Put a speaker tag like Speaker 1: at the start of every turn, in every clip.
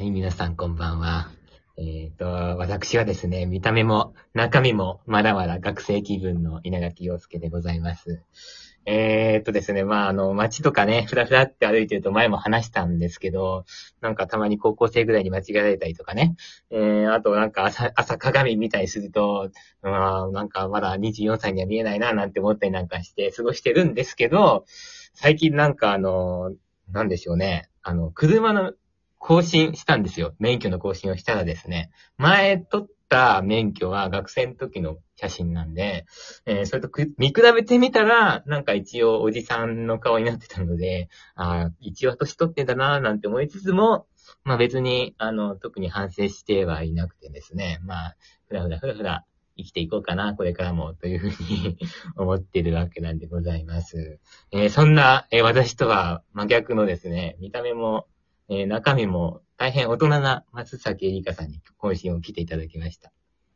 Speaker 1: 皆さんこんばんは。えっ、と、私はですね、見た目も中身もまだまだ学生気分の稲垣陽介でございます。えっ、とですね、まあ、あの、街とかね、ふらふらって歩いてると前も話したんですけど、なんかたまに高校生ぐらいに間違えられたりとかね、えー、あとなんか朝、朝鏡見たりすると、まあ、なんかまだ24歳には見えないな、なんて思ったりなんかして過ごしてるんですけど、最近なんかあの、なんでしょうね、あの、車の更新したんですよ。免許の更新をしたらですね、前取った免許は学生の時の写真なんで、えーそれとく見比べてみたら、なんか一応おじさんの顔になってたので、ああ、一応年取ってんだなぁなんて思いつつも、まあ別に、あの、特に反省してはいなくてですね、まあ、ふらふらふらふら生きていこうかな、これからも、というふうに 思ってるわけなんでございます。えーそんな、えー私とは真逆のですね、見た目もえー中身も大変大人な松崎えりかさんに更新を来ていただきました。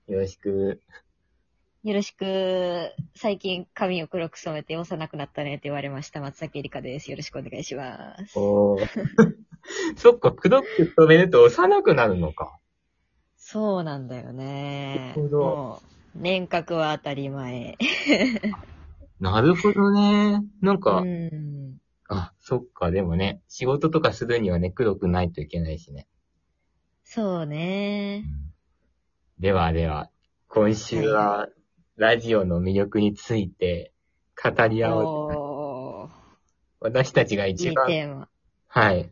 Speaker 1: よろしく。
Speaker 2: よろしく、最近髪を黒く染めて幼くなったねって言われました松崎えりかです。よろしくお願いします。
Speaker 1: お そっか、黒く染めると幼くなるのか。
Speaker 2: そうなんだよね。
Speaker 1: なるほど
Speaker 2: もう、年格は当たり前。
Speaker 1: なるほどね。なん
Speaker 2: う
Speaker 1: か、
Speaker 2: ん。
Speaker 1: あ、そっか、でもね、仕事とかするにはね、黒くないといけないしね。
Speaker 2: そうね。
Speaker 1: ではでは、今週は、ラジオの魅力について語り合おう。
Speaker 2: おー
Speaker 1: 私たちが
Speaker 2: い
Speaker 1: 一
Speaker 2: い
Speaker 1: 番、
Speaker 2: テーマ。
Speaker 1: はい、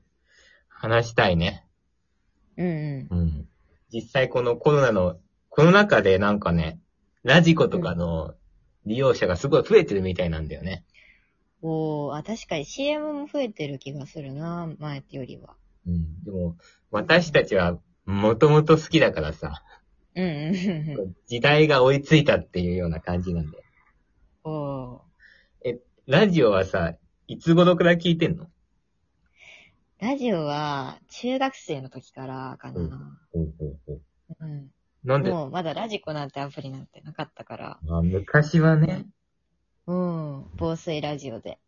Speaker 1: 話したいね。
Speaker 2: うんう
Speaker 1: うん。実際このコロナの、コロナ禍でなんかね、ラジコとかの利用者がすごい増えてるみたいなんだよね。
Speaker 2: ん。おーあ、確かに CM も増えてる気がするな、前よりは。
Speaker 1: うん。でも、私たちはもともと好きだからさ、
Speaker 2: うんうんう
Speaker 1: 時代が追いついたっていうような感じなんで。
Speaker 2: ん。おー
Speaker 1: ラジオはさ、いつ頃から聞いてんの
Speaker 2: ラジオは、中学生の時からかな。うん
Speaker 1: なんで、
Speaker 2: もうまだラジコなんてアプリなんてなかったから。
Speaker 1: まあ、昔はね、
Speaker 2: うん。防水ラジオで。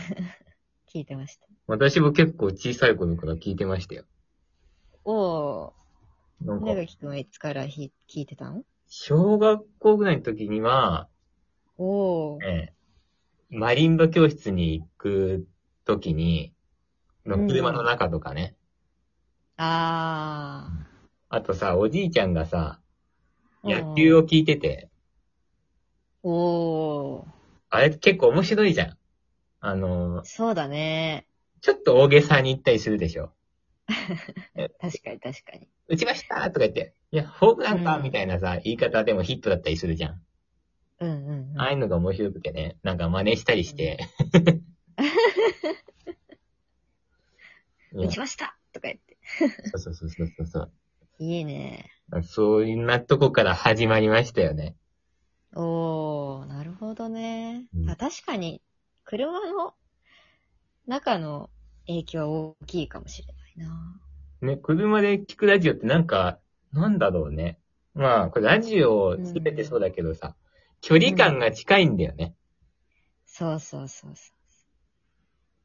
Speaker 2: 聞いてました。
Speaker 1: 私も結構小さい頃から聞いてましたよ。
Speaker 2: お
Speaker 1: な
Speaker 2: ー、
Speaker 1: んか
Speaker 2: 長、木くんはいつからひ聞いてたの
Speaker 1: 小学校ぐらいの時には、
Speaker 2: おー、
Speaker 1: ええ、マリンバ教室に行くときに、の
Speaker 2: うん
Speaker 1: 車の中とかね、
Speaker 2: あ
Speaker 1: あとさ、おじいちゃんがさ、
Speaker 2: ー。
Speaker 1: 野球を聞いてて、
Speaker 2: おー、
Speaker 1: あれ結構面白いじゃん。あの、
Speaker 2: そうだね。
Speaker 1: ちょっと大げさに言ったりするでしょ。
Speaker 2: 確かに確かに。
Speaker 1: 打ちましたとか言って、いや、ホームランか
Speaker 2: うん
Speaker 1: みたいなさ、言い方でもヒットだったりするじゃん。
Speaker 2: うんうん、うん
Speaker 1: ああいうのが面白くてね、なんか真似したりして。い
Speaker 2: 打
Speaker 1: や
Speaker 2: ち
Speaker 1: そ
Speaker 2: ましたとか言って。
Speaker 1: うそうそうそうそう。
Speaker 2: いいね。
Speaker 1: そういうとこから始まりましたよね。
Speaker 2: おー、なるほどね。
Speaker 1: うん
Speaker 2: あ確かに、車の中の影響は大きいかもしれないな。
Speaker 1: ね、車で聞くラジオってなんか、なんだろうね。まあ、これラジオすべてそうだけどさ、距離感が近いんだよね。
Speaker 2: そうそうそうそ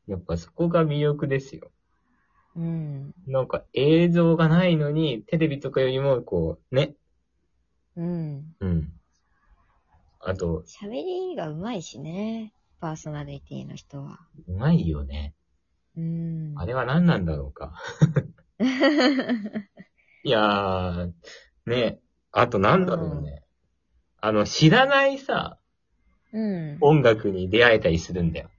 Speaker 1: やっぱそこが魅力ですよ。
Speaker 2: う。うん。
Speaker 1: なんか映像がないのに、テレビとかよりもこう、ね。
Speaker 2: うん。
Speaker 1: うん。あと、
Speaker 2: 喋りが上手いしね。パーソナリティの人は。
Speaker 1: うまいよね。
Speaker 2: うん。
Speaker 1: あれは何なんだろうか。いやー、ね。あとなんだろうね。あの、知らないさ、
Speaker 2: うん。
Speaker 1: 音楽に出会えたりするんだよ。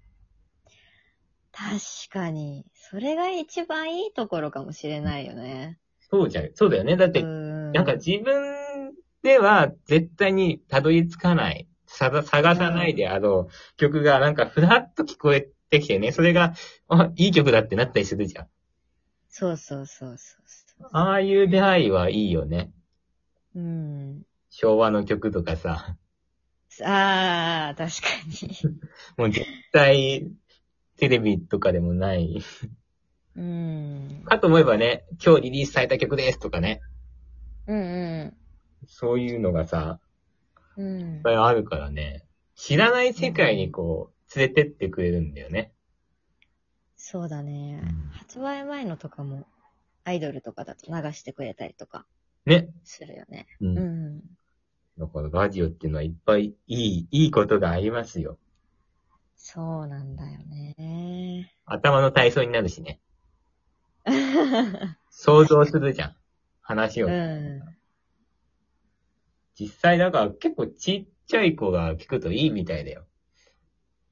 Speaker 2: 確かに。それが一番いいところかもしれないよね。
Speaker 1: そうじゃん。そうだよね。だっ
Speaker 2: う
Speaker 1: て、
Speaker 2: ん。
Speaker 1: なんか自分では絶対にたどり着かない、さだ探さないであろう曲がなんかふらっと聞こえてきてね、それが、あ、いい曲だってなったりするじゃん。
Speaker 2: そうそうそうそうそう。
Speaker 1: ああいう出会いはいいよね。
Speaker 2: うん。
Speaker 1: 昭和の曲とかさ、
Speaker 2: ああ、確かに。
Speaker 1: もう絶対テレビとかでもない。
Speaker 2: うん。
Speaker 1: かと思えばね、今日リリースされた曲ですとかね、
Speaker 2: うんう
Speaker 1: そういうのがさ、
Speaker 2: ん。う
Speaker 1: い
Speaker 2: ん
Speaker 1: っ。ぱいあるからね、知らない世界にこう、連れてってくれるんだよね。
Speaker 2: そうだね。発売前のとかも、アイドルとかだと流してくれたりとか
Speaker 1: ね。
Speaker 2: するよね。
Speaker 1: う。
Speaker 2: うんん。
Speaker 1: だからラジオっていうのはいっぱいいい、いいことがありますよ。
Speaker 2: そうなんだよね。
Speaker 1: 頭の体操になるしね。想像するじゃん。話を。
Speaker 2: うん。
Speaker 1: 実際だから結構ちっちゃい子が聞くといいみたいだよ。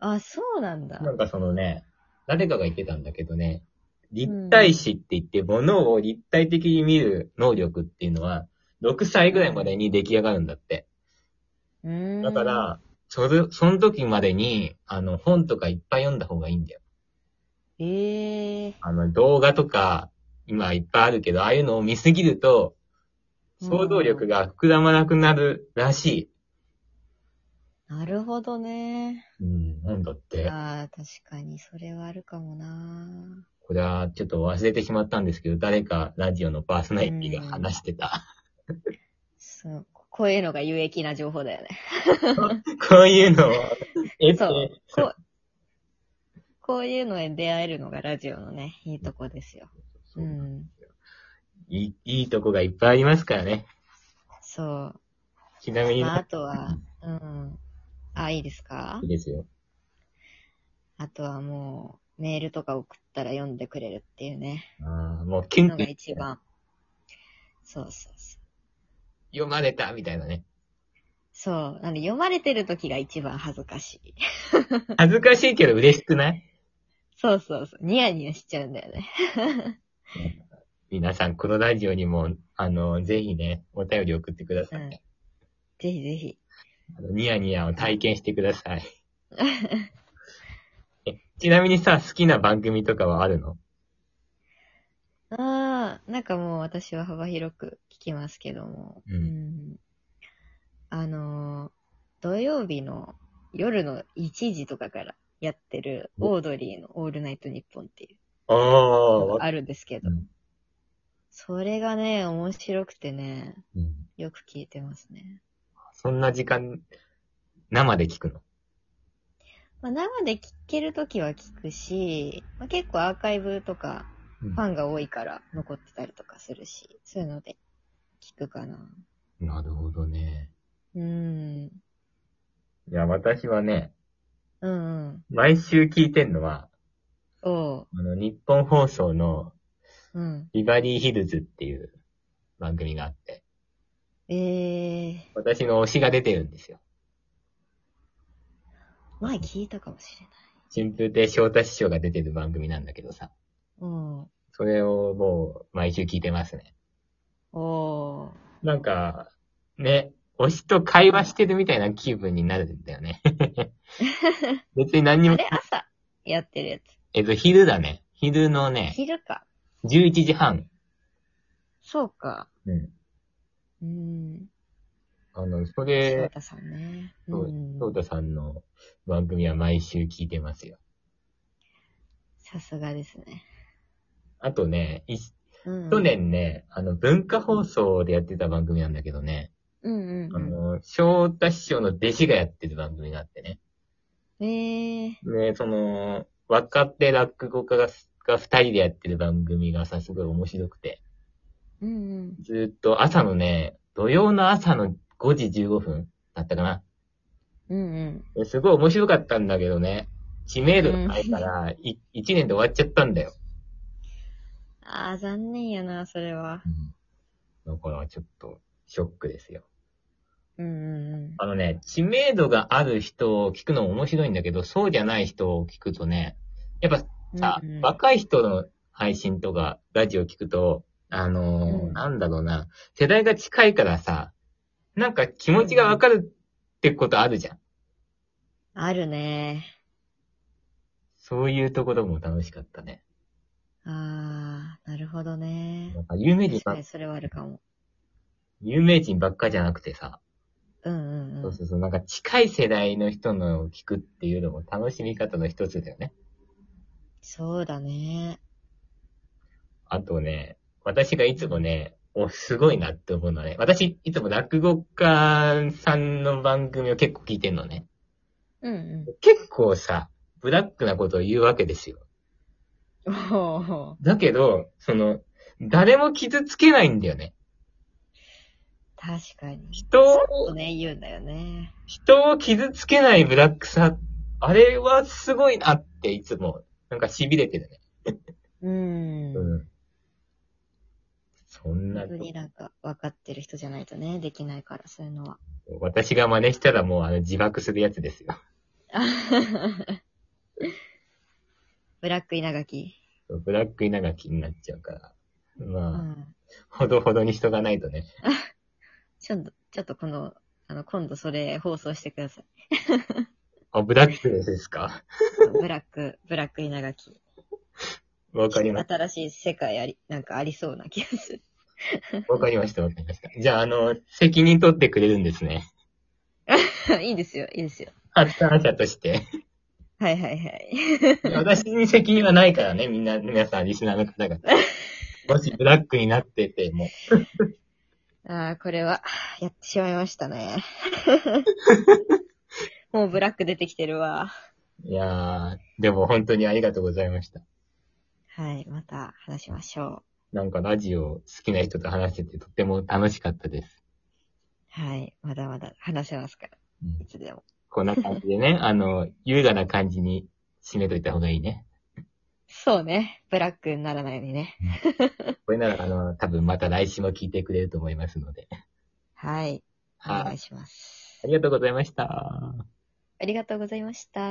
Speaker 2: あ、そうなんだ。
Speaker 1: なんかそのね、誰かが言ってたんだけどね、立体視って言って物を立体的に見る能力っていうのは、6歳ぐらいまでに出来上がるんだって。
Speaker 2: うーん。
Speaker 1: だか、ら、それ、その時までに、あの、本とかいっぱい読んだ方がいいんだよ。
Speaker 2: ええ
Speaker 1: あの、動画とか、今いっぱいあるけど、ああいうのを見すぎると、想像力が膨らまなくなるらし
Speaker 2: なるほどね。
Speaker 1: い。うん、なんだって。
Speaker 2: ああ、確かに、それはあるかもな。
Speaker 1: これはちょっと忘れてしまったんですけど、誰かラジオのパーソナリティが話してた。
Speaker 2: そう、こういうのが有益な情報だよね。
Speaker 1: こういうのを得
Speaker 2: そ
Speaker 1: て、
Speaker 2: こう、こういうのに出会えるのがラジオのね、いいとこですよ。うん。
Speaker 1: いい、いいとこがいっぱいありますからね。
Speaker 2: そう。
Speaker 1: ちなみに、
Speaker 2: まあ、あとは、うん。あ、いいですか
Speaker 1: いいですよ。
Speaker 2: あとはもう、メールとか送ったら読んでくれるっていうね、
Speaker 1: ああ、もうキュン
Speaker 2: の
Speaker 1: キ
Speaker 2: が
Speaker 1: ュン
Speaker 2: 一番。そうそうそう。
Speaker 1: 読まれたみたいなね。
Speaker 2: そう。なんで読まれてる時が一番恥ずかしい。
Speaker 1: 恥ずかしいけど嬉しくない
Speaker 2: そうそうそう。ニヤニヤしちゃうんだよね。
Speaker 1: 皆さん、このラジオにも、あの、ぜひね、お便り送ってください。
Speaker 2: うんぜひぜひ。
Speaker 1: あのニヤニヤを体験してください。えちなみにさ、好きな番組とかはあるの
Speaker 2: ああ、なんかもう私は幅広く聞きますけども。
Speaker 1: うん
Speaker 2: んあのー土曜日の夜の1時とかからやってる
Speaker 1: お
Speaker 2: オードリーのオールナイトニッポンっていう
Speaker 1: ああ、
Speaker 2: の
Speaker 1: わ
Speaker 2: があるんですけど
Speaker 1: うん、
Speaker 2: それがね、面白くてね、
Speaker 1: うん
Speaker 2: よく聞いてますね。
Speaker 1: そんな時間、生で聞くの。
Speaker 2: まあ、生で聞けるときは聞くし、まあ、結構アーカイブとかファンが多いから残ってたりとかするし、そういうので聞くかな。
Speaker 1: なるほどね。
Speaker 2: うん。
Speaker 1: いや、私はね、
Speaker 2: うんうん。
Speaker 1: 毎週聞いてんのは、
Speaker 2: おう。
Speaker 1: あの、日本放送の
Speaker 2: うん。
Speaker 1: ビバリーヒルズっていう番組があって、
Speaker 2: ええー。
Speaker 1: 私の推しが出てるんですよ。
Speaker 2: 前聞いたかもしれない。
Speaker 1: 春風亭昇太師匠が出てる番組なんだけどさ、
Speaker 2: うん。お
Speaker 1: それをもう毎週聞いてますね。
Speaker 2: お
Speaker 1: なんか、ね、推しと会話してるみたいな気分になるんだよ ね。別に何に
Speaker 2: ー。あ
Speaker 1: も、
Speaker 2: れ朝やってるやつ。
Speaker 1: えっと、昼だね。昼のね、
Speaker 2: 昼か。
Speaker 1: 11時半。
Speaker 2: そうか。
Speaker 1: うん。
Speaker 2: うん。
Speaker 1: あの、そ
Speaker 2: 翔
Speaker 1: れ、
Speaker 2: 太さんね。
Speaker 1: そううんト。ータさんの番組は毎週聞いてますよ。
Speaker 2: さすがですね。
Speaker 1: あとね、い
Speaker 2: うん。
Speaker 1: 去。年ね、あの、文化放送でやってた番組なんだけどね、
Speaker 2: うん
Speaker 1: あ
Speaker 2: うん、う
Speaker 1: の、翔太師匠の弟子がやってる番組があってね。
Speaker 2: ん。ええー。
Speaker 1: で、その、若手落語家が、が二人でやってる番組がさ、すごい面白くて。
Speaker 2: うんうん。
Speaker 1: ずーっと朝のね、土曜の朝の5時15分だったかな。
Speaker 2: うんうん。
Speaker 1: ですごい面白かったんだけどね、知名度がないから、い1年で終わっちゃったんだよ。
Speaker 2: ああ、残念やな、それは。
Speaker 1: だからちょっとショックですよ。
Speaker 2: うんうんうん。
Speaker 1: あのね、知名度がある人を聞くのも面白いんだけど、そうじゃない人を聞くとね、やっぱさ、
Speaker 2: うんうん
Speaker 1: 若い人の配信とかラジオ聞くと、あのー
Speaker 2: うん
Speaker 1: なんだろうな、世代が近いからさ、なんか気持ちがわかるってことあるじゃん。
Speaker 2: あるね。
Speaker 1: そういうところも楽しかったね。
Speaker 2: ああ、なるほどね
Speaker 1: な。んか有名人
Speaker 2: 確
Speaker 1: ば
Speaker 2: かにそれはあるかも。
Speaker 1: 有名人ばっかじゃなくてさ、
Speaker 2: うんうん。
Speaker 1: そううんそうそう、なんか近い世代の人のを聞くっていうのも楽しみ方の一つだよね。
Speaker 2: そうだね。
Speaker 1: あとね、私がいつもね、お、すごいなって思うのはね、私、いつも落語家さんの番組を結構聞いてんのね。
Speaker 2: うんうん。
Speaker 1: 結構さ、ブラックなことを言うわけですよ。
Speaker 2: おお。
Speaker 1: だけど、その、誰も傷つけないんだよね。
Speaker 2: 確かに。
Speaker 1: 人
Speaker 2: そ
Speaker 1: を
Speaker 2: う、ね、言うんだよね。
Speaker 1: 人を傷つけないブラックさ、あれはすごいなっていつも、なんか痺れてるね。
Speaker 2: うん。
Speaker 1: うん。そんな
Speaker 2: 本当、になんか分かってる人じゃないとね、できないから、そういうの は。
Speaker 1: 私が真似したらもうあの自爆するやつですよ。
Speaker 2: ブラック稲垣。
Speaker 1: ブラック稲垣になっちゃうから。
Speaker 2: う
Speaker 1: まあ、
Speaker 2: ん。
Speaker 1: ほどほどにしとかないとね。
Speaker 2: ちょっと、ちょっとこの、あの、今度それ放送してください。
Speaker 1: あ、ブラックですか
Speaker 2: ブラック、ブラック稲垣。
Speaker 1: わかり まし
Speaker 2: 新しい世界あり、なんかありそうな気がする。
Speaker 1: た。わかりました、わかりました。じゃあ、あの、責任取ってくれるんですね。
Speaker 2: いいですよ、いいですよ。
Speaker 1: 発案者として。
Speaker 2: はいはいはい。
Speaker 1: 私に責任はないからね、みんな、皆さん、リスナーの方 々。もしブラックになってても、
Speaker 2: ああ、これは、やってしまいまし たね。もうブラック出てきてるわ。
Speaker 1: いやー、でも本当にありがとうございました。
Speaker 2: はい、また話しましょ
Speaker 1: なんかラジオ好きな人と話せてとっても楽しかったです。
Speaker 2: う。はい、まだまだ話せますから、
Speaker 1: うん
Speaker 2: いつでも。
Speaker 1: こんな感じでね、あの、優雅な感じに締めといた方がいいね。
Speaker 2: そうね、ブラックにならないようにね。
Speaker 1: これなら、あの、多分また来週も聞いてくれると思いますので。
Speaker 2: はい、お
Speaker 1: は
Speaker 2: 願
Speaker 1: い
Speaker 2: い。します。
Speaker 1: ありがとうございました。
Speaker 2: ありがとうございました。